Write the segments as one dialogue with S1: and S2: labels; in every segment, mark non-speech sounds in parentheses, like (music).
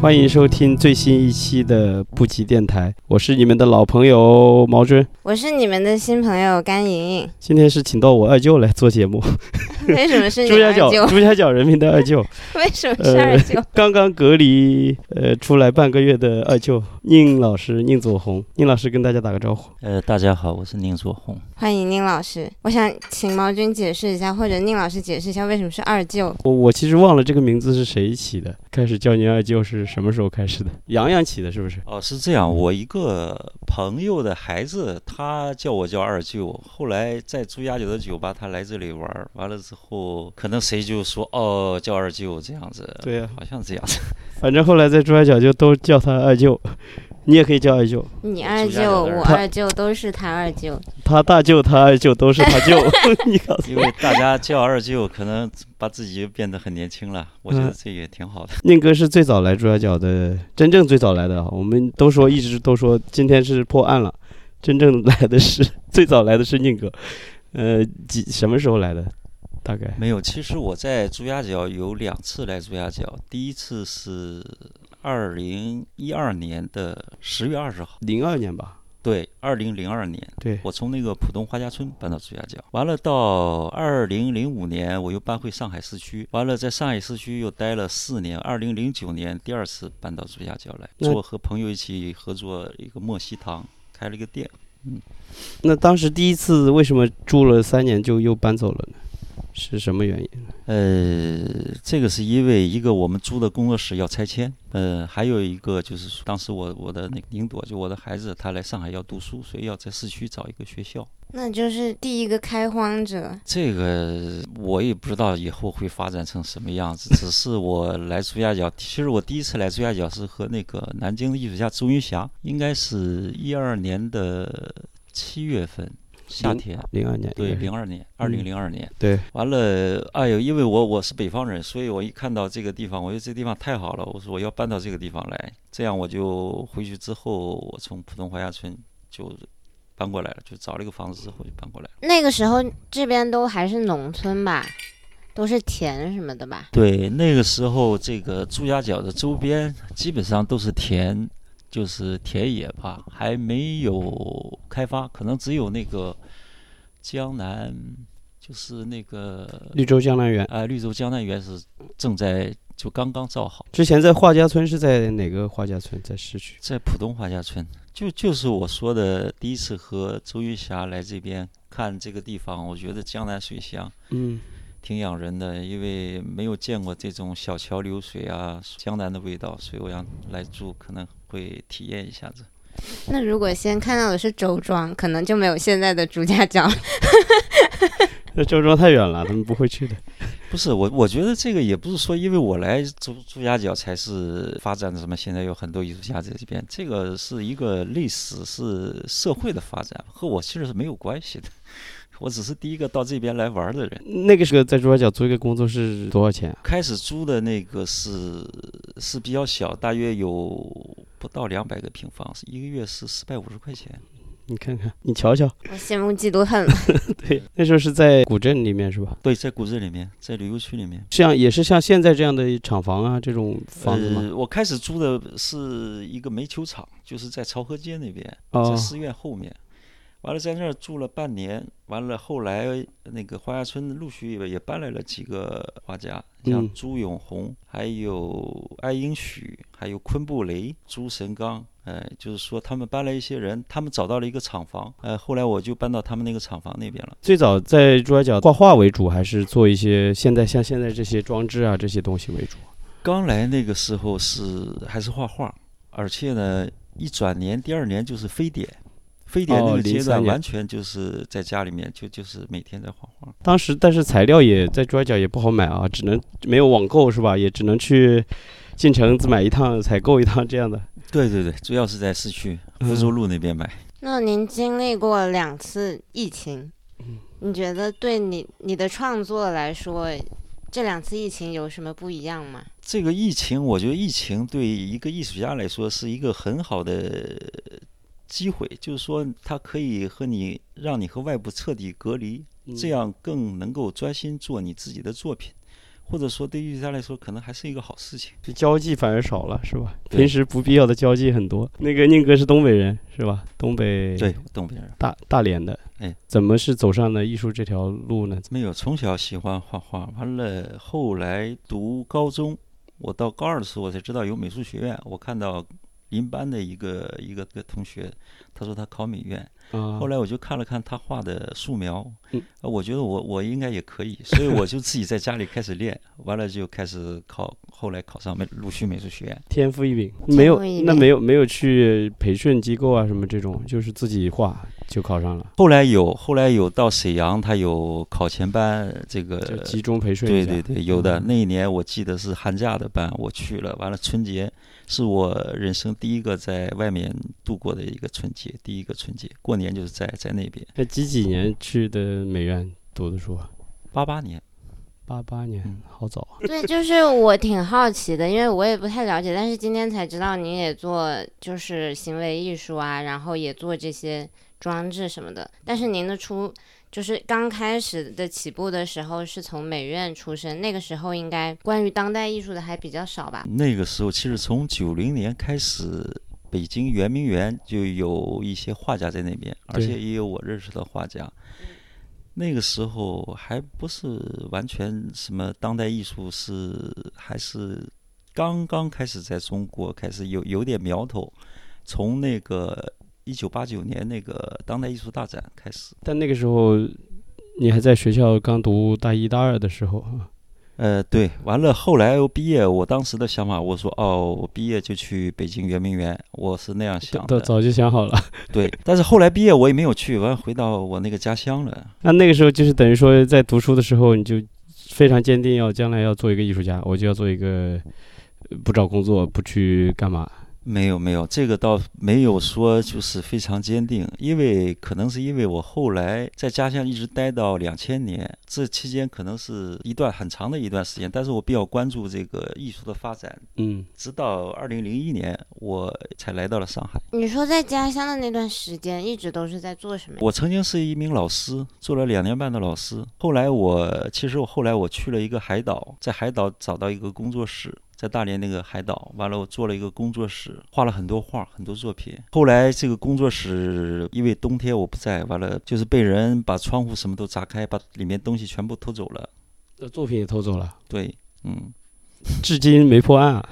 S1: 欢迎收听最新一期的布吉电台，我是你们的老朋友毛军。
S2: 我是你们的新朋友甘莹
S1: (laughs)
S2: 莹，
S1: 今天是请到我二舅来做节目，
S2: 为什么是你
S1: 朱家
S2: 二
S1: 角呃
S2: 舅？ (laughs)
S1: 朱家角人民的二舅，
S2: 为什么是二舅？
S1: 刚刚隔离呃出来半个月的二舅宁老师宁左红，宁老师跟大家打个招呼。
S3: 呃，大家好，我是宁左红。
S2: 欢迎宁老师，我想请毛军解释一下，或者宁老师解释一下为什么是二舅。
S1: 我我其实忘了这个名字是谁起的，开始叫您二舅是什么时候开始的？洋洋起的是不是？
S3: 哦，是这样，我一个朋友的孩子，他叫我叫二舅。后来在朱家角的酒吧，他来这里玩儿，完了之后，可能谁就说哦叫二舅这样子，
S1: 对呀、
S3: 好像这样子。 (laughs)
S1: 反正后来在朱家角就都叫他二舅，你也可以叫二舅，
S2: 你
S3: 我
S2: 二
S3: 朱家角
S2: 舅，
S3: 的
S2: 我
S1: 他
S2: 二舅，都是他二舅。
S1: 他大舅、他二舅都是他
S2: (laughs)
S1: 舅。你告诉
S3: 因为大家叫二舅，可能把自己变得很年轻 (laughs) 了，我觉得
S1: 嗯
S3: 这也挺好的。
S1: 宁哥是最早来朱家角的，真正最早来的啊。我们都说一直都说今天是破案了，真正来的是最早来的是宁哥。 (laughs) 呃，几什么时候来的？大概
S3: 没有，其实我在朱家角有两次来朱家角，第一次是二零一二年的十月二十号，
S1: 零二年吧。
S3: 对，二零零二年。
S1: 对，
S3: 我从那个浦东花家村搬到朱家角，完了到二零零五年我又搬回上海市区，完了在上海市区又待了四年。二零零九年第二次搬到朱家角来，
S1: 那
S3: 做和朋友一起合作一个莫西堂，开了一个店。
S1: 那当时第一次为什么住了三年就又搬走了呢？是什么原因？
S3: 呃，这个是因为一个我们租的工作室要拆迁，呃，还有一个就是说当时我我的那个宁朵就我的孩子他来上海要读书，所以要在市区找一个学校。
S2: 那就是第一个开荒者，
S3: 这个我也不知道以后会发展成什么样子，只是我来朱家角，其实我第一次来朱家角是和那个南京的艺术家周云霞，应该是一二年的七月份，夏
S1: 零
S3: 天。
S1: 零二年
S3: 对，
S1: 应该是嗯
S3: 零二年，二零零二年，
S1: 对，
S3: 完了，哎呦，因为我我是北方人，所以我一看到这个地方，我觉得这地方太好了，我说我要搬到这个地方来，这样我就回去之后，我从浦东华夏村就搬过来了，就找了一个房子之后就搬过来了。
S2: 那个时候这边都还是农村吧，都是田什么的吧。
S3: 对，那个时候这个朱家角的周边基本上都是田，就是田野吧，还没有开发，可能只有那个江南，就是那个
S1: 绿洲江南园。
S3: 啊绿洲江南园是正在就刚刚造好，
S1: 之前在画家村是在哪个画家村？在市区。
S3: 在浦东华夏村，就就是我说的第一次和周云霞来这边看这个地方，我觉得江南水乡。
S1: 嗯，
S3: 挺养人的，因为没有见过这种小桥流水啊，江南的味道，所以我想来住，可能会体验一下子。
S2: 那如果先看到的是周庄，可能就没有现在的朱
S1: (laughs)
S2: 家角。
S1: 那周庄太远了，他们不会去的。
S3: 不是我，我觉得这个也不是说因为我来朱朱家角才是发展的什么，现在有很多艺术家在这边，这个是一个历史是社会的发展，和我其实是没有关系的。我只是第一个到这边来玩儿的人。
S1: 那个时候在朱家角租一个工作室多少钱啊？
S3: 开始租的那个是是比较小，大约有不到两百个平方，一个月是四百五十块钱。
S1: 你看看，你瞧瞧，
S2: 我羡慕嫉妒恨了。
S1: (laughs) 对，那时候是在古镇里面是吧？
S3: 对，在古镇里面，在旅游区里面。
S1: 像也是像现在这样的厂房啊，这种房子吗？
S3: 呃，我开始租的是一个煤球厂，就是在漕河街那边，在
S1: 哦，
S3: 寺院后面。完了，在那儿住了半年，完了后来那个花家村陆续也搬来了几个画家，像
S1: 嗯
S3: 朱永红，还有艾因许，还有昆布雷、朱神刚。哎，就是说他们搬来一些人，他们找到了一个厂房，呃，后来我就搬到他们那个厂房那边了。
S1: 最早在朱家角画画为主，还是做一些现在像现在这些装置啊这些东西为主？
S3: 刚来那个时候是还是画画，而且呢，一转年第二年就是非典，非典那
S1: 哦
S3: 个阶
S1: 03
S3: 段
S1: 年
S3: 完全就是在家里面就就是每天在画画。
S1: 当时但是材料也在朱家角也不好买啊，只能没有网购是吧？也只能去进城自买一趟，采购一趟这样的。
S3: 对对嗯对，主要是在市区福州路那边买。
S2: 那您经历过两次疫情，你觉得对你你的创作来说，这两次疫情有什么不一样吗？
S3: 这个疫情，我觉得疫情对一个艺术家来说是一个很好的机会，就是说它可以和你让
S1: 嗯
S3: 嗯你和外部彻底隔离，这样更能够专心做你自己的作品，或者说对于他来说可能还是一个好事情。
S1: 就交际反而少了，是吧？
S3: 对
S1: 平时不必要的交际很多。那个宁哥是东北人，是吧？东北
S3: 对，东北人
S1: 大大连的，
S3: 哎，
S1: 怎么是走上了艺术这条路呢？
S3: 没有从小喜欢画画，完了后来读高中，我到高二的时候我才知道有美术学院，我看到邻班的一个一个个同学，他说他考美院，
S1: 啊，
S3: 后来我就看了看他画的素描，
S1: 嗯
S3: 呃我觉得我我应该也可以，所以我就自己在家里开始练，完了就开始考，后来考上美鲁迅美术学院。
S1: 天赋异禀，
S2: 天
S1: 没有
S2: 赋异
S1: 那
S2: 禀
S1: 没有没有去培训机构啊什么这种，就是自己画就考上了，
S3: 后来有后来有到沈阳，他有考前班，这个
S1: 就集中培训一
S3: 对
S1: 下
S3: 呃
S1: 嗯
S3: 对对，有的。那一年我记得是寒假的班，我去了，完了春节是我人生第一个在外面度过的一个春节，第一个春节，过年就是在在那边，
S1: 那几几年去的美院读的书啊？
S3: 八八年。
S1: 八八年
S3: 嗯，
S1: 好早啊！
S2: 对，就是我挺好奇的，因为我也不太了解，但是今天才知道你也做就是行为艺术啊，然后也做这些装置什么的。但是您的出就是刚开始的起步的时候是从美院出身，那个时候应该关于当代艺术的还比较少吧？
S3: 那个时候，其实从九零年开始，北京圆明园就有一些画家在那边，而
S1: 对
S3: 且也有我认识的画家。那个时候还不是完全什么当代艺术是，还是刚刚开始在中国开始有有点苗头，从那个一九八九年那个当代艺术大展开始。
S1: 但那个时候你还在学校刚读大一大二的时候啊，
S3: 呃，对，完了，后来我毕业，我当时的想法，我说哦，我毕业就去北京圆明园，我是那样想
S1: 都
S3: 的。
S1: 早就想好了。 (laughs)
S3: 对，但是后来毕业我也没有去，完了回到我那个家乡了。
S1: 那那个时候就是等于说，在读书的时候，你就非常坚定要将来要做一个艺术家，我就要做一个呃不找工作不去干嘛。
S3: 没有没有，这个倒没有说就是非常坚定，因为可能是因为我后来在家乡一直待到两千年，这期间可能是一段很长的一段时间，但是我比较关注这个艺术的发展，
S1: 嗯，
S3: 直到二零零一年我才来到了上海。
S2: 你说在家乡的那段时间一直都是在做什么呀？
S3: 我曾经是一名老师，做了两年半的老师。后来我其实我后来我去了一个海岛，在海岛找到一个工作室，在大连那个海岛，完了我做了一个工作室，画了很多画，很多作品。后来这个工作室因为冬天我不在，完了就是被人把窗户什么都砸开，把里面东西全部偷走了。
S1: 呃作品也偷走
S3: (laughs)
S1: 了，
S3: 对，嗯，
S1: 至今没破案啊。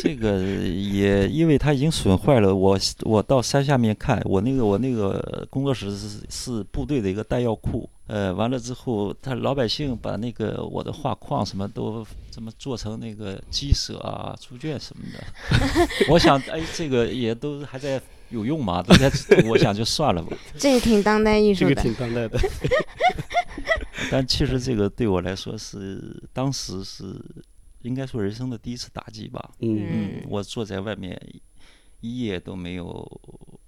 S3: 这个也因为它已经损坏了。我我到山下面看，我那个我那个工作室是是部队的一个弹药库。呃，完了之后，他老百姓把那个我的画框什么都怎么做成那个鸡舍啊、猪圈什么的。 (laughs) 我想，哎，这个也都还在有用吗？都在， (laughs) 我想就算了吧。
S2: 这个挺当代艺
S1: 这
S2: 术
S1: 个
S2: 的，
S1: 挺当代
S2: (laughs)
S1: 的。
S3: 但其实这个对我来说是当时是应该说人生的第一次打击吧。
S1: 嗯，
S3: 嗯
S2: 嗯，
S3: 我坐在外面一夜都没有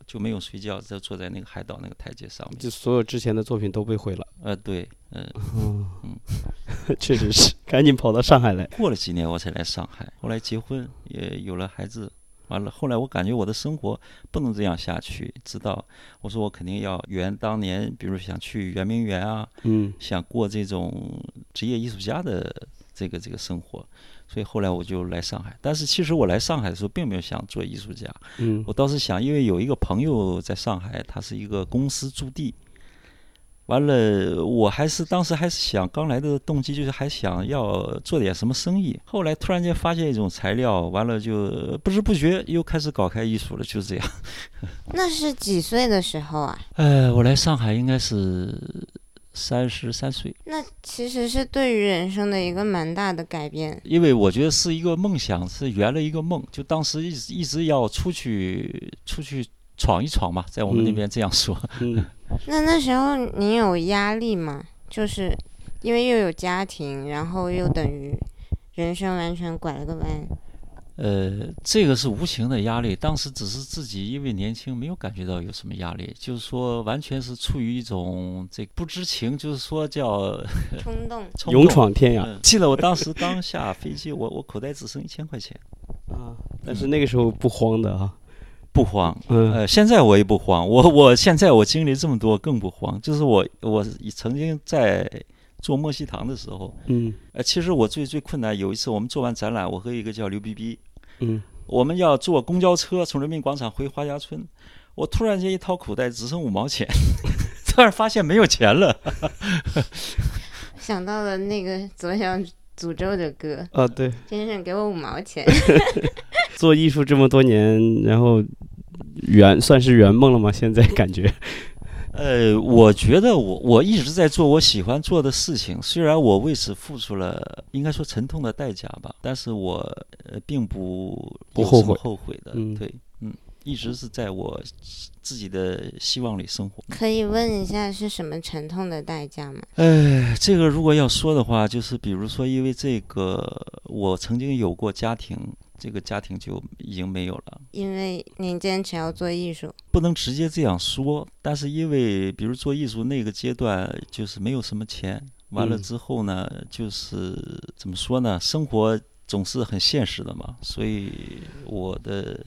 S3: 就没有睡觉，就坐在那个海岛那个台阶上面。
S1: 就所有之前的作品都被毁了。
S3: 呃，对，嗯、
S1: 嗯， (laughs) 确实是，赶紧跑到上海来。
S3: 过了几年我才来上海，后来结婚也有了孩子，完了后来我感觉我的生活不能这样下去，直到我说我肯定要圆当年，比如想去圆明园啊，
S1: 嗯，
S3: 想过这种职业艺术家的这个这个生活，所以后来我就来上海。但是其实我来上海的时候并没有想做艺术家，
S1: 嗯
S3: 我，倒是想，因为有一个朋友在上海，他是一个公司驻地。完了，我还是当时还是想，刚来的动机就是还想要做点什么生意。后来突然间发现一种材料，完了就不知不觉又开始搞开艺术了，就是这样。
S2: 那是几岁的时候啊？
S3: 呃，我来上海应该是三十三岁，
S2: 那其实是对于人生的一个蛮大的改变。
S3: 因为我觉得是一个梦想，是圆了一个梦，就当时一直一直要出去出去闯一闯嘛，在我们那
S1: 嗯
S3: 边这样说。
S1: 嗯，
S2: 那那时候你有压力吗？就是因为又有家庭，然后又等于人生完全拐了个
S1: (laughs)
S2: 弯。
S3: 呃，这个是无形的压力，当时只是自己因为年轻，没有感觉到有什么压力，就是说完全是处于一种这不知情，就是说叫 (laughs)
S2: 冲动，
S3: 冲
S1: 勇
S3: 动。
S1: 闯啊天涯。
S3: 嗯记得我当时刚下飞机，我我口袋只剩一千块钱，
S1: 啊，但是那个时候不慌的啊。
S3: 不慌。
S1: 嗯
S3: 呃，现在我也不慌，我我现在我经历这么多更不慌，就是我我曾经在做莫西堂的时候，
S1: 嗯
S3: 呃，其实我最最困难有一次我们做完展览，我和一个叫刘逼逼，
S1: 嗯
S3: 我们要坐公交车从人民广场回花家村，我突然间一掏口袋只剩五毛钱， (laughs) 突然发现没有钱了。
S2: 想到了那个左小诅咒的歌，
S1: 啊，对，
S2: 先生给我五毛
S1: (laughs)
S2: 钱，
S1: 做艺术这么多年，然后圆算是圆梦了吗？现在感觉，
S3: (laughs) 呃，我觉得我我一直在做我喜欢做的事情，虽然我为此付出了应该说沉痛的代价吧，但是我呃并不
S1: 不
S3: 有
S1: 后
S3: 什么
S1: 悔
S3: 后悔的，
S1: 嗯
S3: 对，嗯，一直是在我自己的希望里生活。
S2: 可以问一下是什么沉痛的代价吗？
S3: 哎，这个如果要说的话，就是比如说，因为这个我曾经有过家庭，这个家庭就已经没有了。
S2: 因为您坚持要做艺术，
S3: 不能直接这样说，但是因为比如做艺术那个阶段，就是没有什么钱，完了
S1: 嗯
S3: 之后呢，就是怎么说呢，生活总是很现实的嘛，所以我的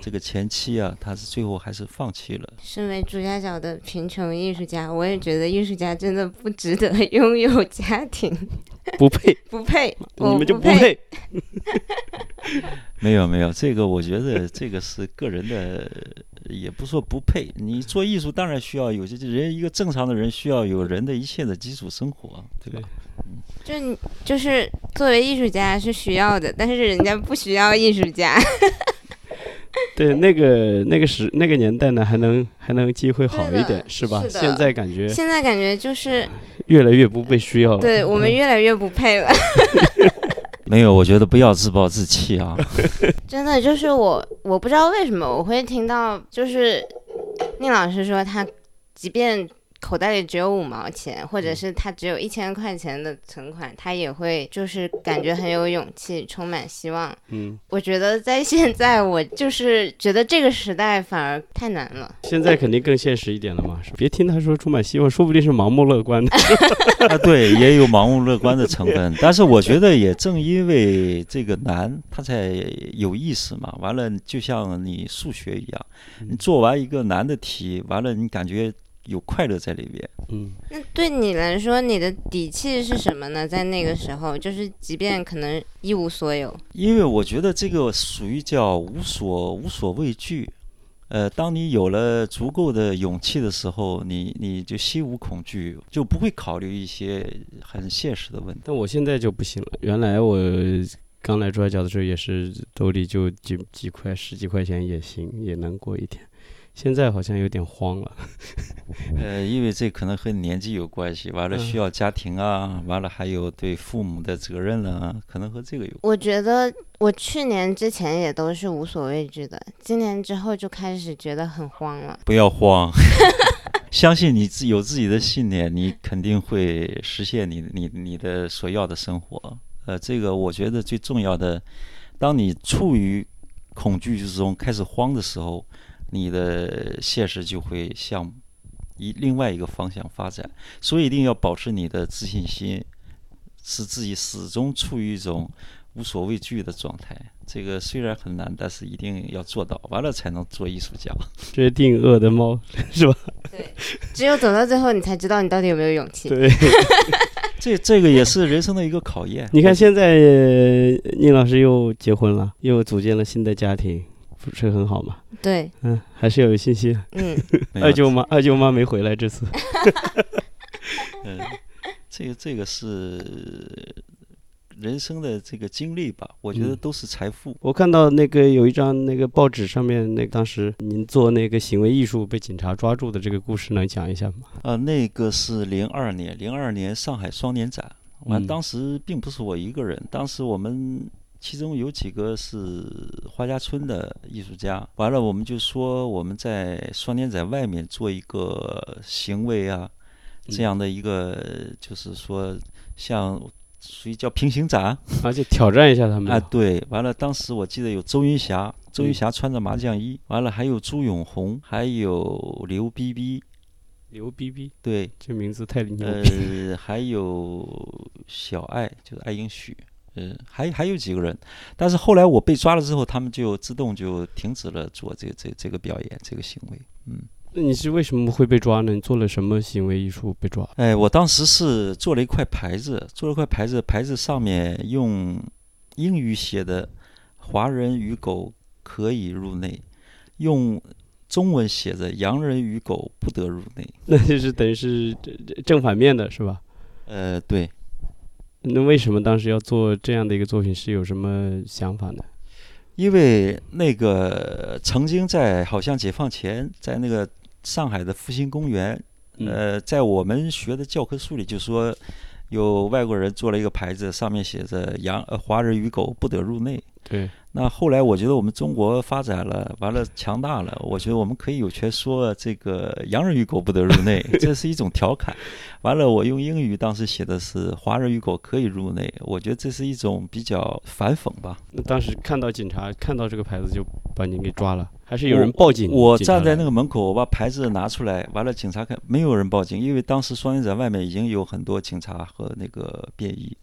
S3: 这个前妻啊，她是最后还是放弃了。
S2: 身为朱家角的贫穷艺术家，我也觉得艺术家真的不值得 (laughs) 拥有家庭，
S1: 不配，
S2: 不配， (laughs) 我
S1: 你们就
S2: 不
S1: 不配。
S3: (laughs) 没有没有，这个我觉得这个是个人的，也不说不配。你做艺术当然需要有这人一个正常的人需要有人的一切的基础生活，对吧？
S2: 就你就是作为艺术家是需要的，但是人家不需要艺术家。
S1: 对，那个那个时那个年代呢，还能还能机会好一
S2: 对
S1: 点
S2: 的，
S1: 是吧？
S2: 是的
S1: 现在感觉
S2: 现在感觉就是
S1: 越来越不被需要了。
S2: 对我们越来越不配了。 (laughs)
S3: 没有，我觉得不要自暴自弃啊。
S2: 真的就是我，我不知道为什么我会听到，就是宁老师说他，即便口袋里只有五毛钱，或
S1: 嗯
S2: 者是他只有一千块钱的存款，他也会就是感觉很有勇气，充满希望。
S1: 嗯，
S2: 我觉得在现在，我就是觉得这个时代反而太难了。
S1: 现在肯定更现实一点了嘛。 (laughs) 是别听他说充满希望，说不定是盲目乐观的。
S3: 啊，对，也有盲目乐观的成分，但是我觉得也正因为这个难，它才有意思嘛。完了，就像你数学一样，你做完一个难的题，完了你感觉有快乐在里边。
S1: 嗯，
S2: 那对你来说，你的底气是什么呢？在那个时候，就是即便可能一无所有，
S3: 因为我觉得这个属于叫无所无所畏惧。呃，当你有了足够的勇气的时候，你你就心无恐惧，就不会考虑一些很现实的问题。
S1: 但我现在就不行了。原来我刚来珠海角的时候，也是兜里就几几块、十几块钱也行，也能过一天。现在好像有点慌了。 (laughs)
S3: 呃，因为这可能和年纪有关系，完了需要家庭啊，完了还有对父母的责任了、啊，可能和这个有。
S2: 我觉得我去年之前也都是无所畏惧的，今年之后就开始觉得很慌了。
S3: 不要慌， (laughs) 相信你自有自己的信念，你肯定会实现你你你的所要的生活。呃，这个我觉得最重要的，当你处于恐惧之中开始慌的时候，你的现实就会向一另外一个方向发展。所以一定要保持你的自信心，使自己始终处于一种无所畏惧的状态。这个虽然很难，但是一定要做到，完了才能做艺术家。
S1: 这是定饿的猫，是吧？
S2: 只有走到最后，你才知道你到底有没有勇气。
S1: 对。
S3: 这这个也是人生的一个考验
S1: (laughs) 。你看，现在呃宁老师又结婚了，又组建了新的家庭，不是很好吗？
S2: 对，
S1: 嗯，还是要有信心。
S2: (laughs) 嗯，
S3: 没有
S1: 二舅妈，二舅妈没回来这次。
S3: 嗯，这个这个是人生的这个经历吧，我觉得
S1: 嗯
S3: 都是财富。
S1: 我看到那个有一张那个报纸上面，那个当时您做那个行为艺术被警察抓住的这个故事，能讲一下吗？ (laughs)
S3: 啊，那个是零二年，零二年上海双年展，完、
S1: 嗯
S3: 当时并不是我一个人，当时我们其中有几个是花家村的艺术家，完了我们就说我们在双年展外面做一个行为啊，
S1: 嗯
S3: 这样的一个、就是说像属于叫平行展，
S1: 而且挑战一下他们
S3: 啊，对，完了，当时我记得有周云霞，周云
S1: 嗯
S3: 霞穿着麻将衣，完了还有朱永红，还有刘逼逼，
S1: 牛逼逼，
S3: 对，
S1: 这名字太牛逼。
S3: 呃，还有小爱，就是爱英许，呃，还还有几个人，但是后来我被抓了之后，他们就自动就停止了做这这这个表演这个行为，嗯，
S1: 那你是为什么会被抓呢？你做了什么行为艺术被
S3: (laughs)
S1: 抓？
S3: 哎，我当时是做了一块牌子，做了块牌子，牌子上面用英语写的“华人与狗可以入内”，用中文写着“洋人与狗不得入内
S1: 那就是等于是正正反面的是吧？”。
S3: 呃，对，
S1: 那为什么当时要做这样的一个作品？是有什么想法呢？
S3: 因为那个曾经在好像解放前，在那个上海的复兴公园，呃，在我们学的教科书里就说。有外国人做了一个牌子，上面写着“洋呃华人与狗不得入内”，
S1: 对，
S3: 那后来我觉得我们中国发展了，完了强大了，我觉得我们可以有权说这个洋人与狗不得入内，这是一种调侃。完了，我用英语当时写的是华人与狗可以入内，我觉得这是一种比较反讽吧。
S1: 那当时看到警察看到这个牌子就把你给抓了，还是有人报警？
S3: 我
S1: 警察
S3: 站在那
S1: 来
S3: 个门口，我把牌子拿出来，完了警察看没有人报警，因为当时双年展外面已经有很多警察和那个便衣。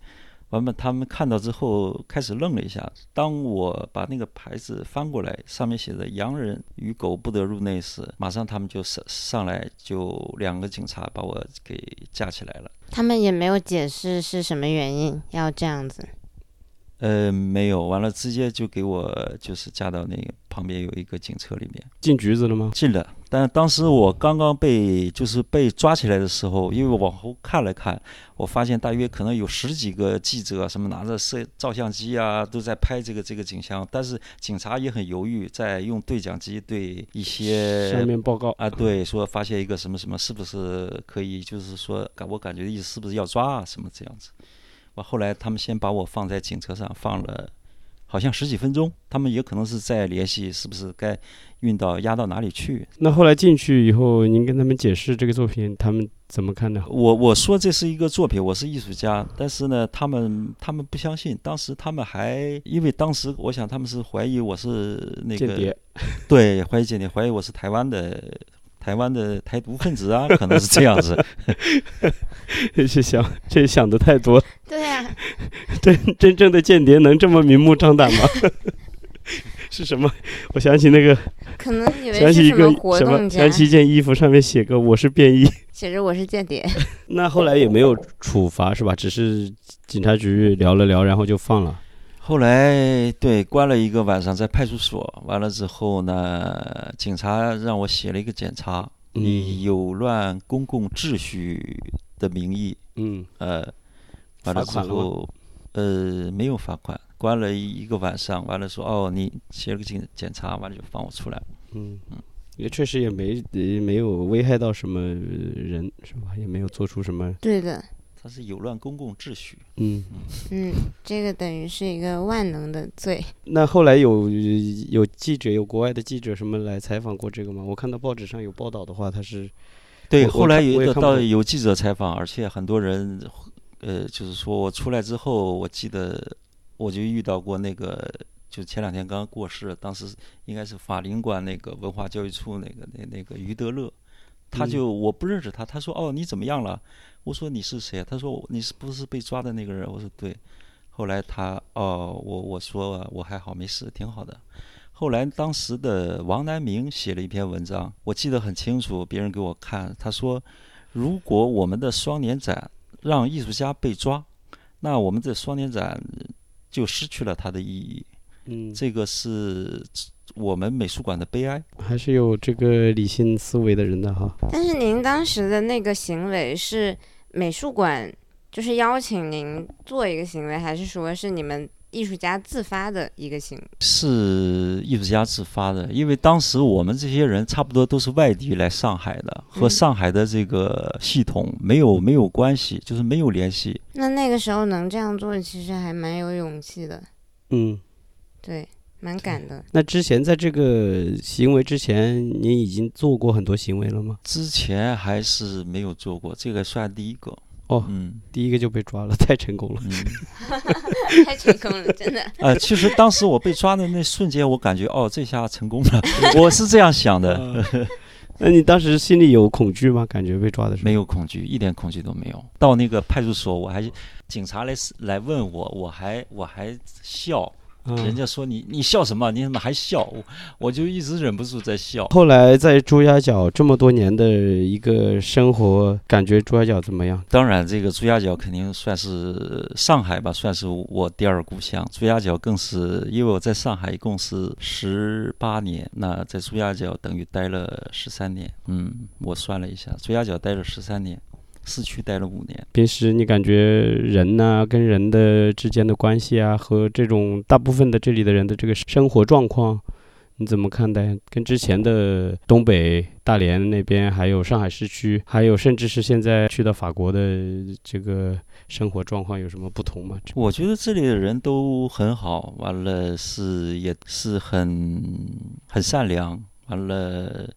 S3: 完了，他们看到之后开始愣了一下。当我把那个牌子翻过来，上面写着“洋人与狗不得入内”时，马上他们就上上来，就两个警察把我给架起来了。
S2: 他们也没有解释是什么原因要这样子。
S3: 呃，没有，完了直接就给我就是架到那个旁边有一个警车里面。
S1: 进局子了吗？
S3: 进了，但当时我刚刚被就是被抓起来的时候，因为我往后看了看，我发现大约可能有十几个记者，啊什么拿着摄照相机啊，都在拍这个这个景象。但是警察也很犹豫，在用对讲机对一
S1: 上
S3: 些
S1: 面报告
S3: 啊，对说发现一个什么什么，是不是可以，就是说感我感觉意思是不是要抓啊，什么这样子。完后来他们先把我放在警车上放了。好像十几分钟，他们也可能是在联系，是不是该运到押到哪里去？
S1: 那后来进去以后，您跟他们解释这个作品，他们怎么看呢？
S3: 我我说这是一个作品，我是艺术家，但是呢，他们他们不相信。当时他们还因为当时我想他们是怀疑我是那
S1: 间
S3: 个
S1: 谍， (laughs)
S3: 对怀疑间谍，怀疑我是台湾的台湾的台独分子啊，可能是这样子。
S1: 这想这想的太多了。 (laughs)
S2: 对啊，
S1: 真真正的间谍能这么明目张胆吗？ (laughs) 是什么？我想起那个，
S2: 可能以
S1: 想
S2: 为
S1: 起
S2: 是
S1: 一
S2: 什
S1: 个
S2: 么活
S1: 什
S2: 动
S1: 么，
S2: 家
S1: 想，起一件衣服，上面写个“我是便衣”。
S2: 写着我是间谍。
S1: 那后来也没有处罚是吧？只是警察局聊了聊，然后就放了。
S3: 后来对关了一个晚上在派出所，完了之后呢，警察让我写了一个检查，
S1: 嗯
S3: 以有乱公共秩序的名义
S1: 嗯，
S3: 呃，
S1: 罚
S3: 完了之
S1: 款了吗
S3: 后，呃，没有罚款，关了一个晚上，完了说哦，你写了个检检查，完了就放我出来。
S1: 嗯，也确实也没也没有危害到什么人是吧？也没有做出什么
S2: 对的，
S3: 他是有乱公共秩序，
S1: 嗯。
S2: 嗯，这个等于是一个万能的罪。
S1: 那后来有有记者有国外的记者什么来采访过这个吗？我看到报纸上有报道的话，他是
S3: 对，
S1: 我我
S3: 后来
S1: 看我
S3: 有
S1: 也
S3: 一个
S1: 看
S3: 到
S1: 过嗯
S3: 有记者采访，而且很多人，呃，就是说我出来之后，我记得我就遇到过那个，就前两天刚过世，当时应该是法领馆那个文化教育处那个那那个于德乐，他
S1: 嗯
S3: 就我不认识他，他说哦你怎么样了？我说你是谁啊？他说我你是不是被抓的那个人？我说对。后来他哦我我说我还好没事，挺好的。后来，当时的王南明写了一篇文章，我记得很清楚，别人给我看，他说，如果我们的双年展让艺术家被抓，那我们这双年展就失去了它的意义。
S1: 嗯，
S3: 这个是我们美术馆的悲哀。
S1: 还是有这个理性思维的人的哈。
S2: 但是您当时的那个行为是美术馆就是邀请您做一个行为，还是说是你们艺术家自发的一个行为？
S3: 是艺术家自发的，因为当时我们这些人差不多都是外地来上海的，和
S2: 嗯
S3: 上海的这个系统没有没有关系，就是没有联系。
S2: 那那个时候能这样做，其实还蛮有勇气的，
S1: 嗯，
S2: 对，蛮敢的。
S1: 那之前在这个行为之前，您已经做过很多行为了吗？
S3: 之前还是没有做过，这个算第一个。
S1: 哦
S3: 嗯
S1: 第一个就被抓了，太成功了。
S3: 嗯，
S2: (laughs) 太成功了，真的。
S3: 呃，其实当时我被抓的那瞬间，我感觉哦，这下成功了，我是这样想的，
S1: (laughs) 那你当时心里有恐惧吗？感觉被抓的时候
S3: 没有恐惧，一点恐惧都没有。到那个派出所，我还警察来来问我，我还我还笑，
S1: 嗯啊
S3: 人家说你你笑什么？你怎么还笑？我我就一直忍不住在笑。
S1: 后来在朱家角这么多年的一个生活，感觉朱家角怎么样？
S3: 当然，这个朱家角肯定算是上海吧，算是我第二故乡。朱家角更是，因为我在上海一共是十八年，那在朱家角等于待了十三年。嗯，我算了一下，朱家角待了十三年，市区待了五年。
S1: 平时你感觉人呐、跟人的之间的关系啊，和这种大部分的这里的人的这个生活状况，你怎么看待？跟之前的东北、大连那边，还有上海市区，还有甚至是现在去到法国的这个生活状况有什么不同吗？
S3: 我觉得这里的人都很好，完了是也是很很善良，完了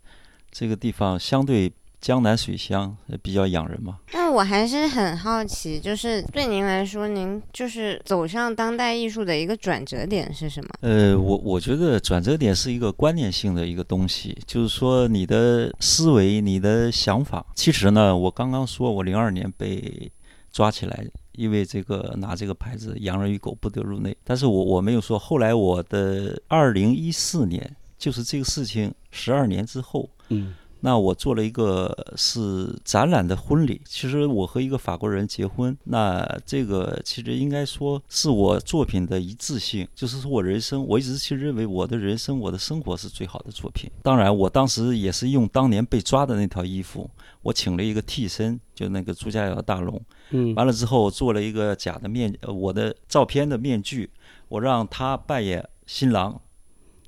S3: 这个地方相对江南水乡呃比较养人嘛。
S2: (laughs) 但我还是很好奇，就是对您来说，您就是走上当代艺术的一个转折点是什么？
S3: 呃，我我觉得转折点是一个观念性的一个东西，就是说你的思维、你的想法。其实呢，我刚刚说我零二年被抓起来，因为这个拿这个牌子“洋人与狗不得入内”，但是我我没有说。后来我的二零一四年，就是这个事情十二年之后，
S1: 嗯
S3: 那我做了一个是展览的婚礼。其实我和一个法国人结婚，那这个其实应该说是我作品的一致性，就是说我人生，我一直去认为我的人生、我的生活是最好的作品。当然，我当时也是用当年被抓的那套衣服，我请了一个替身，就那个朱家窑大龙。
S1: 嗯
S3: 完了之后做了一个假的面，呃我的照片的面具，我让他扮演新郎，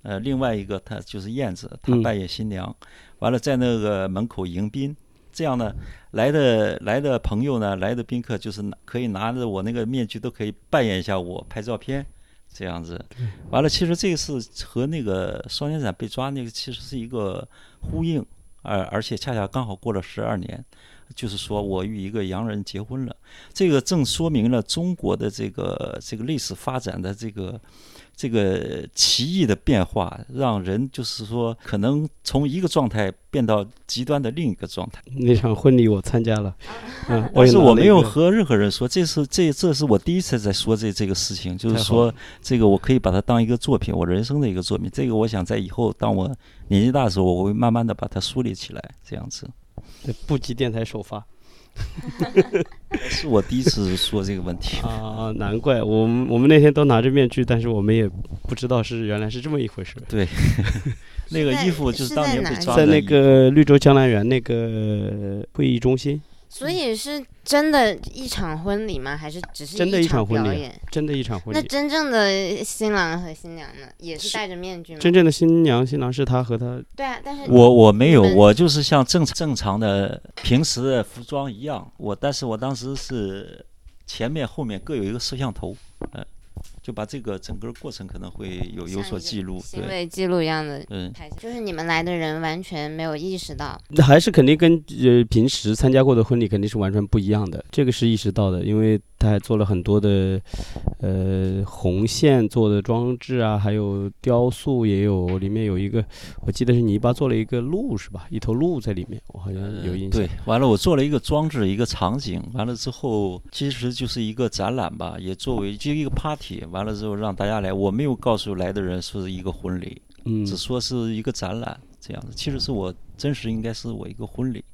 S3: 呃，另外一个他就是燕子，他
S1: 嗯
S3: 扮演新娘。完了在那个门口迎宾，这样呢，来的来的朋友呢，来的宾客就是拿可以拿着我那个面具都可以扮演一下我拍照片。这样子，
S1: 嗯
S3: 完了，其实这个是和那个双年展被抓那个其实是一个呼应，而而且恰恰刚好过了十二年，就是说我与一个洋人结婚了，这个正说明了中国的这个这个历史发展的这个这个奇异的变化，让人就是说可能从一个状态变到极端的另一个状态。
S1: 那场婚礼我参加了，嗯，我
S3: 但
S1: 也
S3: 是
S1: 拿
S3: 我
S1: 了
S3: 没
S1: 一
S3: 有
S1: 个
S3: 和任何人说，这是这这是我第一次在说这这个事情，就是
S1: 太好了
S3: 说这个我可以把它当一个作品，我人生的一个作品。这个我想在以后当我年纪大的时候，我会慢慢的把它梳理起来，这样子。
S1: 在布吉电台首发。。
S3: 是我第一次说这个问题
S1: 啊，难怪我们我们那天都拿着面具，但是我们也不知道是原来是这么一回事。
S3: 对，那个
S2: 在
S3: 衣服就是
S2: 是
S3: 当
S2: 在
S3: 年被
S2: 哪
S3: 抓
S1: 在
S3: 的
S1: 那
S3: 衣服
S1: 个绿洲江南园那个会议中心，
S2: 所以是真的一场婚礼吗？还是只是
S1: 真的一场
S2: 场
S1: 婚礼
S2: 表
S1: 啊
S2: 演？
S1: 真的一场婚
S2: 那
S1: 礼。
S2: 真正的新郎和新娘呢，也是
S1: 是
S2: 戴着面具吗？
S1: 真正的新娘新郎是他和他，
S2: 对啊，但是
S3: 我我没有，
S2: 你们
S3: 我就是像正正常的平时的服装一样。我但是我当时是前面后面各有一个摄像头，嗯，就把这个整个过程可能会有有
S2: 像
S3: 所
S2: 一个
S3: 记录。
S2: 行
S3: 对，
S2: 为记录一样的
S3: 嗯，
S2: 拍下，就是你们来的人完全没有意识到，
S1: 那还是肯定跟呃平时参加过的婚礼肯定是完全不一样的，这个是意识到的，因为他还做了很多的呃红线做的装置啊，还有雕塑也有，里面有一个我记得是泥巴做了一个鹿是吧？一头鹿在里面，我好像有印象。
S3: 呃对，完了我做了一个装置，一个场景，完了之后其实就是一个展览吧，也作为就一个 party，完了之后让大家来。我没有告诉来的人说是一个婚礼，
S1: 嗯，
S3: 只说是一个展览这样子。其实是我真实应该是我一个婚礼。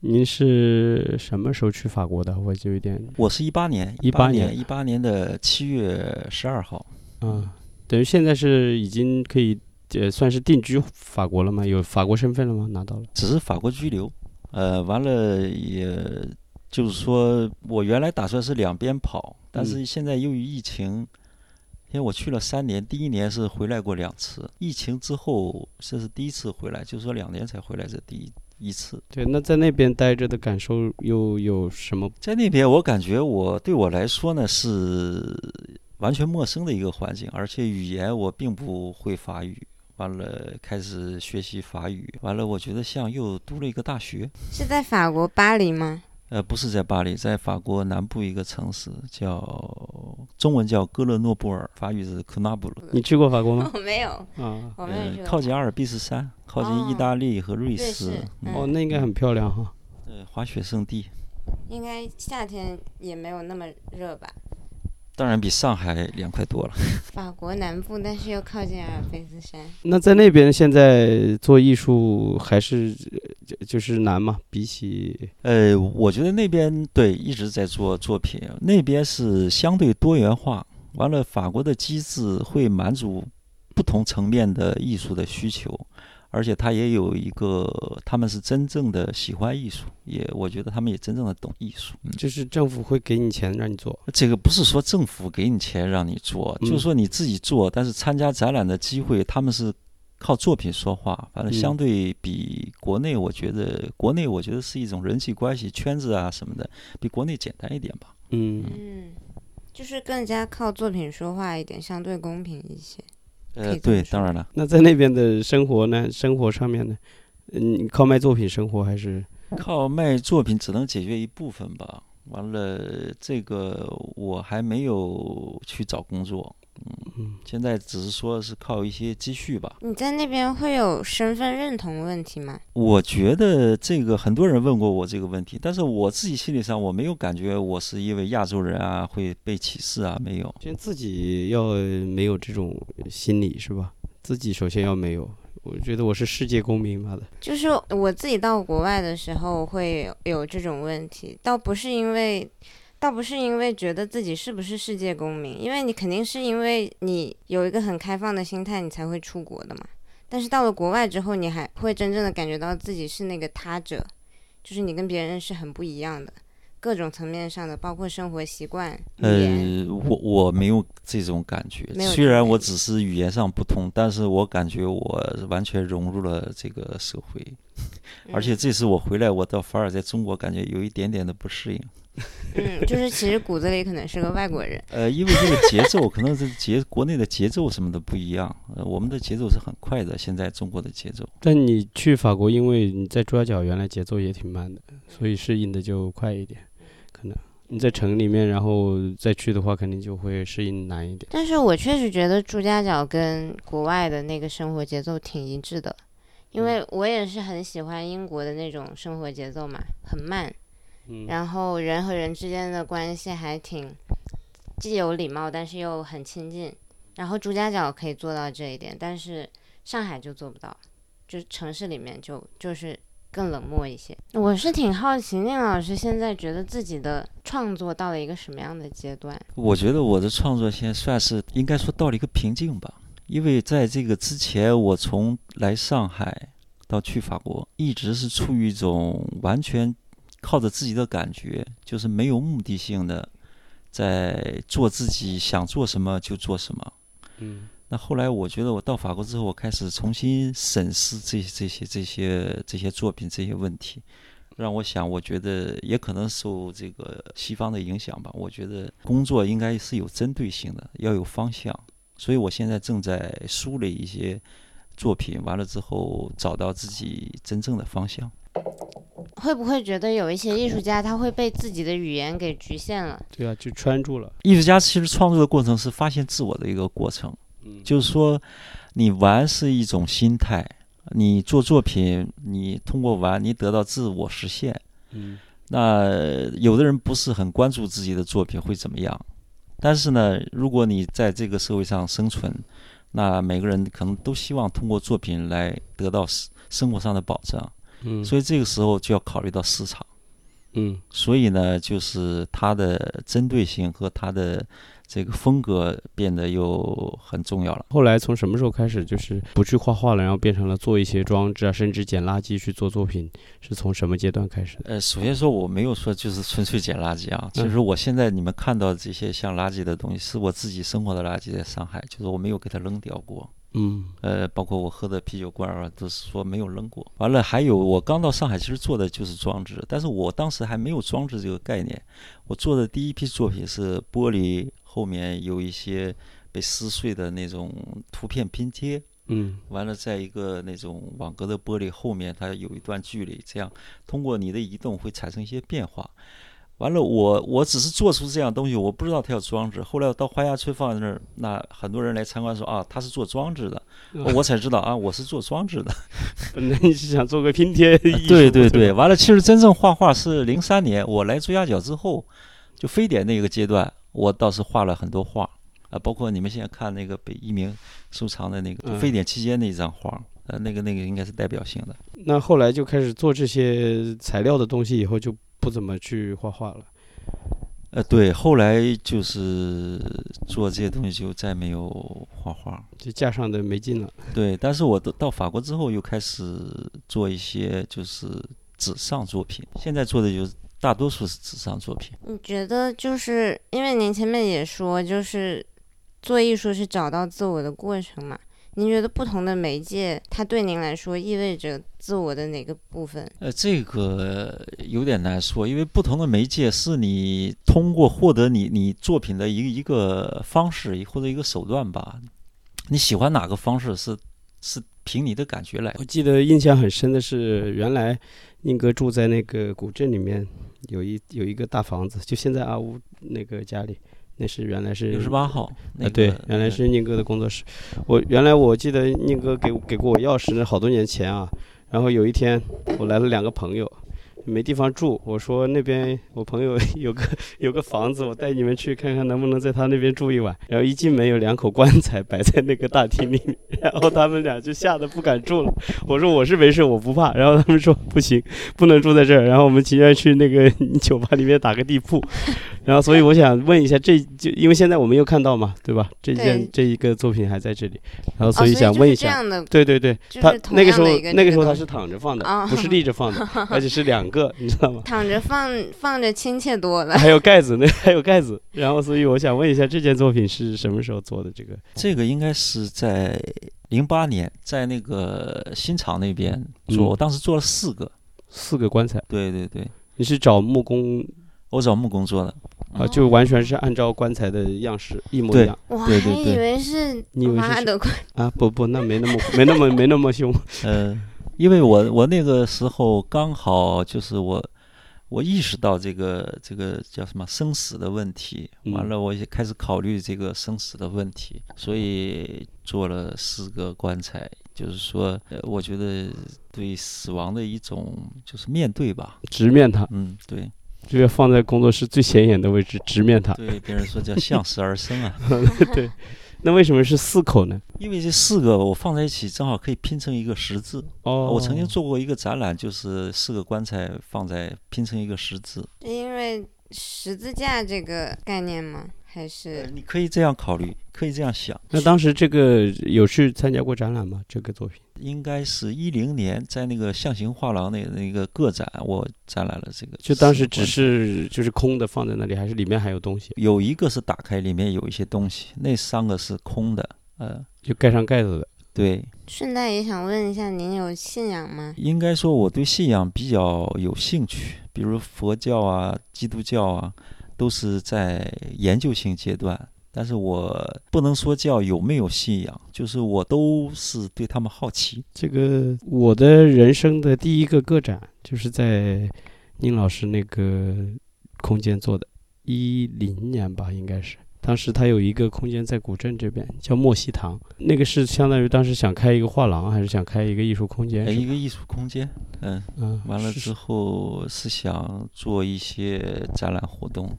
S1: 您是什么时候去法国的？我就有点
S3: 我是一八年，
S1: 18
S3: 年，
S1: 年
S3: 一八年的七月十二号。
S1: 啊，等于现在是已经可以呃算是定居法国了吗？有法国身份了吗？拿到了。
S3: 只是法国拘留，呃，完了也就是说我原来打算是两边跑，但是现在由于疫情，因为我去了三年，第一年是回来过两次，疫情之后这是第一次回来，就是说两年才回来这第一一次，
S1: 对，那在那边待着的感受又有什么？
S3: 在那边我感觉我对我来说呢是完全陌生的一个环境，而且语言我并不会法语。完了，开始学习法语。完了，我觉得像又读了一个大学，
S2: 是在法国巴黎吗？ (laughs)
S3: 呃，不是在巴黎，在法国南部一个城市叫中文叫哥勒诺布尔，法语是科纳布鲁，
S1: 你去过法
S2: (laughs)
S1: 国吗？
S2: 我哦没有，
S1: 啊，
S2: 我没有
S3: 呃
S2: 去，过
S3: 靠近阿尔卑斯山，靠近意
S2: 哦
S3: 大利和瑞
S2: 瑞
S3: 士
S2: 士，嗯
S1: 哦，那应该很漂亮哈。
S3: 呃，滑雪圣地。
S2: 应该夏天也没有那么热吧？
S3: 当然比上海凉快多了。
S2: 法国南部，但是又靠近阿尔卑斯山。
S3: 嗯
S1: 那在那边现在做艺术还是呃就就是难嘛？比起
S3: 呃，我觉得那边对一直在做作品，那边是相对多元化。完了，法国的机制会满足不同层面的艺术的需求，而且他也有一个，他们是真正的喜欢艺术，也我觉得他们也真正的懂艺术。嗯
S1: 就是政府会给你钱让你做，
S3: 这个不是说政府给你钱让你做，
S1: 嗯
S3: 就是说你自己做，但是参加展览的机会，他们是靠作品说话。反正
S1: 嗯
S3: 相对比国内，我觉得国内我觉得是一种人际关系圈子啊什么的，比国内简单一点吧。
S1: 嗯，
S2: 嗯，就是更加靠作品说话一点，相对公平一些。可
S3: 呃，
S2: 以这么
S3: 对，
S2: 说
S3: 当然了，
S1: 那在那边的生活呢？生活上面呢？嗯，靠卖作品生活还是
S2: 嗯
S3: 靠卖作品只能解决一部分吧。完了，这个我还没有去找工作，嗯，现在只是说是靠一些积蓄吧。
S2: 你在那边会有身份认同问题吗？
S3: 我觉得这个很多人问过我这个问题，但是我自己心理上我没有感觉我是因为亚洲人啊会被歧视啊，没有。
S1: 先自己要没有这种心理是吧？自己首先要没有，我觉得我是世界公民嘛的，
S2: 就是我自己到国外的时候会有这种问题，倒不是因为，倒不是因为觉得自己是不是世界公民，因为你肯定是因为你有一个很开放的心态，你才会出国的嘛。但是到了国外之后，你还会真正的感觉到自己是那个他者，就是你跟别人是很不一样的，各种层面上的，包括生活习惯、语言。
S3: 呃，我我没有这种感觉，
S2: 没有
S3: 虽
S2: 这
S3: 然
S2: 种
S3: 我
S2: 感觉
S3: 只是语言上不通，但是我感觉我完全融入了这个社会，
S2: 嗯
S3: 而且这次我回来，我倒反而在中国感觉有一点点的不适应。
S2: 嗯，嗯，就是其实骨子里可能是个外国人。
S3: 呃，因为这个节奏可能是节国内的节奏什么的不一样，呃，我们的节奏是很快的，现在中国的节奏。
S1: 但你去法国，因为你在朱家角原来节奏也挺慢的，所以适应的就快一点，可能。你在城里面，然后再去的话，肯定就会适应难一点。
S2: 但是我确实觉得朱家角跟国外的那个生活节奏挺一致的，因为我也是很喜欢英国的那种生活节奏嘛，很慢，
S1: 嗯
S2: 然后人和人之间的关系还挺既有礼貌，但是又很亲近。然后朱家角可以做到这一点，但是上海就做不到，就是城市里面就就是更冷漠一些。我是挺好奇宁老师现在觉得自己的创作到了一个什么样的阶段？
S3: 我觉得我的创作现在算是应该说到了一个瓶颈吧，因为在这个之前，我从来上海到去法国，一直是处于一种完全靠着自己的感觉，就是没有目的性的，在做自己想做什么就做什么。
S1: 嗯
S3: 那后来我觉得我到法国之后，我开始重新审视这些、这些、这些、这些作品这些问题，让我想，我觉得也可能受这个西方的影响吧。我觉得工作应该是有针对性的，要有方向。所以我现在正在梳理一些作品，完了之后找到自己真正的方向。
S2: 会不会觉得有一些艺术家他会被自己的语言给局限了？
S1: 对啊，就穿住了。
S3: 艺术家其实创作的过程是发现自我的一个过程，
S1: 嗯
S3: 就是说，你玩是一种心态，你做作品，你通过玩，你得到自我实现。
S1: 嗯
S3: 那有的人不是很关注自己的作品会怎么样，但是呢，如果你在这个社会上生存，那每个人可能都希望通过作品来得到生生活上的保障，
S1: 嗯
S3: 所以这个时候就要考虑到市场。
S1: 嗯
S3: 所以呢，就是它的针对性和它的这个风格变得又很重要了。
S1: 后来从什么时候开始，就是不去画画了，然后变成了做一些装置啊，甚至捡垃圾去做作品，是从什么阶段开始的？
S3: 呃，首先说我没有说就是纯粹捡垃圾啊，其实我现在你们看到这些像垃圾的东西，是我自己生活的垃圾，在上海，就是我没有给它扔掉过。
S1: 嗯
S3: 呃，包括我喝的啤酒罐儿啊，都是说没有扔过。完了，还有我刚到上海，其实做的就是装置，但是我当时还没有装置这个概念。我做的第一批作品是玻璃后面有一些被撕碎的那种图片拼贴，
S1: 嗯
S3: 完了，在一个那种网格的玻璃后面，它有一段距离，这样通过你的移动会产生一些变化。完了，我我只是做出这样东西，我不知道它要装置。后来我到花家村放在那儿，那很多人来参观说啊，他是做装置的，
S1: 嗯
S3: 我才知道啊，我是做装置的。
S1: 本来你是想做个拼贴 (laughs) 艺术
S3: 对对对，，完了，其实真正画画是零三年我来朱家角之后，就非典那个阶段，我倒是画了很多画啊，包括你们现在看那个被一鸣收藏的那个
S1: 嗯
S3: 非典期间那一张画，呃，那个那个应该是代表性的。
S1: 那后来就开始做这些材料的东西，以后就不怎么去画画了。
S3: 呃，对，后来就是做这些东西就再没有画画。
S1: 就架上的没劲了，
S3: 对，但是我到到法国之后又开始做一些就是纸上作品，现在做的就是大多数是纸上作品。
S2: 你觉得就是因为您前面也说，就是做艺术是找到自我的过程嘛？您觉得不同的媒介，它对您来说意味着自我的哪个部分？
S3: 呃，这个有点难说，因为不同的媒介是你通过获得你你作品的一个一个方式或者一个手段吧。你喜欢哪个方式是是凭你的感觉来的。
S1: 我记得印象很深的是，原来宁哥住在那个古镇里面，有一有一个大房子，就现在阿乌那个家里，那是原来是
S3: 六十八号，那
S1: 啊，
S3: 个、
S1: 对，原来
S3: 呃
S1: 是宁哥的工作室。我原来我记得宁哥给给过我钥匙，那好多年前啊。然后有一天，我来了两个朋友，没地方住。我说那边我朋友 (laughs) 有个有个房子，我带你们去看看能不能在他那边住一晚。然后一进门有两口棺材摆在那个大厅里面，然后他们俩就吓得不敢住了。我说我是没事，我不怕。然后他们说不行，不能住在这儿。然后我们情愿去那个 (laughs) 酒吧里面打个地铺。然后，所以我想问一下，这就因为现在我们又看到嘛，对吧？这件
S2: 对
S1: 这一个作品还在这里，然后
S2: 哦，所
S1: 想问一
S2: 就是这
S1: 下，
S2: 样的，
S1: 对对对，
S2: 就
S1: 他
S2: 是同
S1: 那个
S2: 样
S1: 时候
S2: 的一个
S1: 那个时候
S2: 这
S1: 他
S2: 东
S1: 是
S2: 西
S1: 躺着放的，
S2: 哦
S1: 不是立着放
S2: (laughs)
S1: 的，而且是两个，你知道吗？
S2: 躺着放放着亲切多
S1: (laughs)
S2: 了。
S1: 还有盖子，那还有盖子。然后，所以我想问一下，这件作品是什么时候做的？这个
S3: 这个应该是在零八年，在那个新厂那边做，
S1: 嗯
S3: 我当时做了四个。
S1: 四个棺材，
S3: 对对对，
S1: 你是找木工
S3: 我找木工做的，
S1: 啊，就完全是按照棺材的样式一模一样
S2: 我还
S3: 哦对对对
S2: 以为是
S1: 你以为是
S2: 妈
S1: 什
S2: 的，
S1: 啊？不不，那没那么没那么没那么凶。
S3: 呃，因为我我那个时候刚好就是我我意识到这个这个叫什么生死的问题，完
S1: 嗯
S3: 了我也开始考虑这个生死的问题，所以做了四个棺材，就是说，呃，我觉得对死亡的一种就是面对吧，
S1: 直面它，
S3: 嗯，对
S1: 这个放在工作室最显眼的位置，直面它。
S3: 对，别人说叫向死而生啊， (laughs)
S1: 对，那为什么是四口呢？
S3: 因为这四个我放在一起正好可以拼成一个十字，
S1: 哦，
S3: 我曾经做过一个展览，就是四个棺材放在拼成一个十字。
S2: 因为十字架这个概念吗？还
S3: 呃
S2: 是
S3: 你可以这样考虑，可以这样想，
S1: 那当时这个有去参加过展览吗？这个作品
S3: 应该是一零年在那个象形画廊那那个个展，我展览了这个。
S1: 就当时只是就是空的放在那里，还是里面还有东西，
S3: 有一个是打开，里面有一些东西，那三个是空的。呃，
S1: 就盖上盖子的。
S3: 对，
S2: 顺带也想问一下，您有信仰吗？
S3: 应该说我对信仰比较有兴趣，比如佛教啊、基督教啊，都是在研究性阶段。但是我不能说叫有没有信仰，就是我都是对他们好奇。
S1: 这个我的人生的第一个个展就是在宁老师那个空间做的，一零年吧，应该是。当时他有一个空间在古镇这边，叫莫西堂，那个是相当于当时想开一个画廊，还是想开一个艺术空间
S3: 哎，
S1: 是吧？
S3: 一个艺术空间，嗯，
S1: 嗯，
S3: 完了
S1: 是
S3: 之后是想做一些展览活动。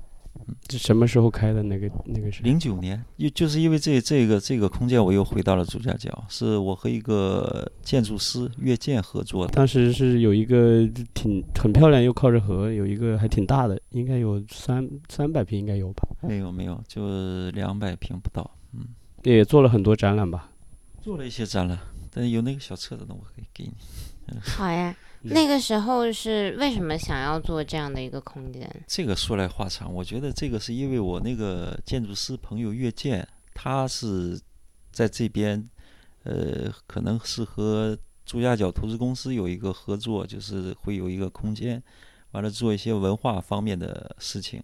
S1: 这什么时候开的那个那个是？
S3: 零九年，又就是因为这这个这个空间，我又回到了朱家角，是我和一个建筑师岳建合作的。
S1: 当时是有一个挺很漂亮又靠着河，有一个还挺大的，应该有三三百平应该有吧，
S3: 没有没有，就两百平不到，
S1: 也做了很多展览吧。
S3: 做了一些展览。但有那个小册子的，我可以给你。
S2: 好呀，
S1: 嗯
S2: 那个时候是为什么想要做这样的一个空间？
S3: 这个说来话长，我觉得这个是因为我那个建筑师朋友岳建，他是在这边，呃，可能是和朱家角投资公司有一个合作，就是会有一个空间，完了做一些文化方面的事情。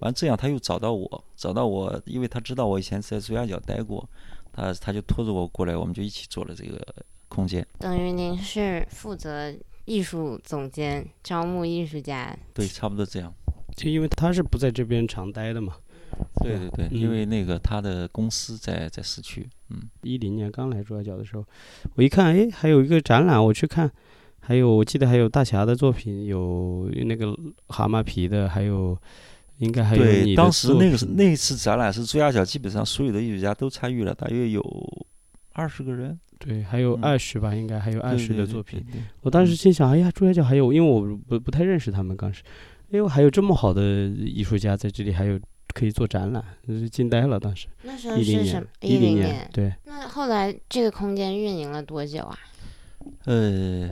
S3: 完了这样他又找到我，找到我，因为他知道我以前在朱家角待过，他他就拖着我过来，我们就一起做了这个空间。
S2: 等于您是负责艺术总监，招募艺术家。
S3: 对，差不多这样。
S1: 就因为他是不在这边常待的嘛，
S3: 对对对，因
S1: 嗯
S3: 为那个他的公司在在市区，嗯。
S1: 一零年刚来朱家角的时候，我一看，哎，还有一个展览，我去看，还有我记得还有大侠的作品，有那个蛤蟆皮的，还有应该还有你
S3: 对，
S1: 的
S3: 当时
S1: 作
S3: 那个是
S1: 品
S3: 那一次展览是朱家角，基本上所有的艺术家都参与了，大约有二十个人。
S1: 对还有
S3: 嗯
S1: 二十吧，应该还有二
S3: 对
S1: 十
S3: 对
S1: 的
S3: 对
S1: 作
S3: 对
S1: 品。
S3: 对
S1: 我当时心想，哎呀，朱家角还有，因为我不不太认识他们，当时，哎呦，还有这么好的艺术家在这里，还有可以做展览，就是惊呆了。当时
S2: 那时候
S1: 一零
S2: 嗯是什
S1: 年
S2: 么？，
S1: 一
S2: 零
S1: 年，对，
S2: 那后来这个空间运营了多久啊？
S3: 呃，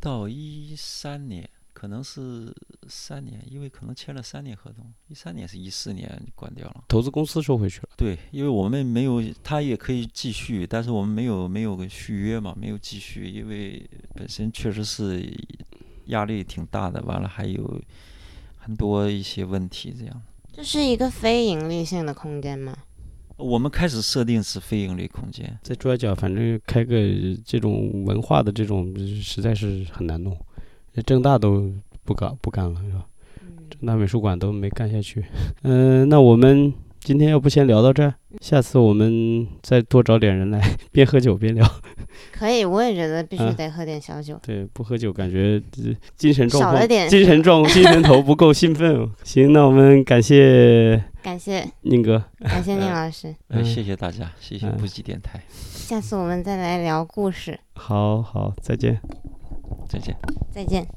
S3: 到一三年，可能是三年，因为可能签了三年合同，一三年是一四年就关掉了。
S1: 投资公司收回去了，
S3: 对，因为我们没有，他也可以继续，但是我们没有没有个续约嘛，没有继续，因为本身确实是压力挺大的，完了还有很多一些问题这样。
S2: 这是一个非盈利性的空间吗？
S3: 我们开始设定是非盈利空间，
S1: 在朱家角，反正开个这种文化的这种，实在是很难弄，正大都不搞不干了，是吧？
S2: 嗯，
S1: 那美术馆都没干下去。嗯、那我们今天要不先聊到这儿，下次我们再多找点人来，边喝酒边聊。
S2: 可以，我也觉得必须
S1: 啊
S2: 得喝点小酒。
S1: 对，不喝酒感觉呃精神状
S2: 少
S1: 况
S2: 了点
S1: 精神
S2: (laughs)
S1: 状精神头不够兴奋。哦行，那我们感谢
S2: 感谢
S1: 宁哥，
S2: 感谢宁老师，
S3: 呃，
S1: 嗯
S3: 谢谢大家，谢谢
S1: 嗯
S3: 布吉电台，
S2: 下次我们再来聊故事，
S1: 好好，再见。
S3: 再见。
S2: 再见。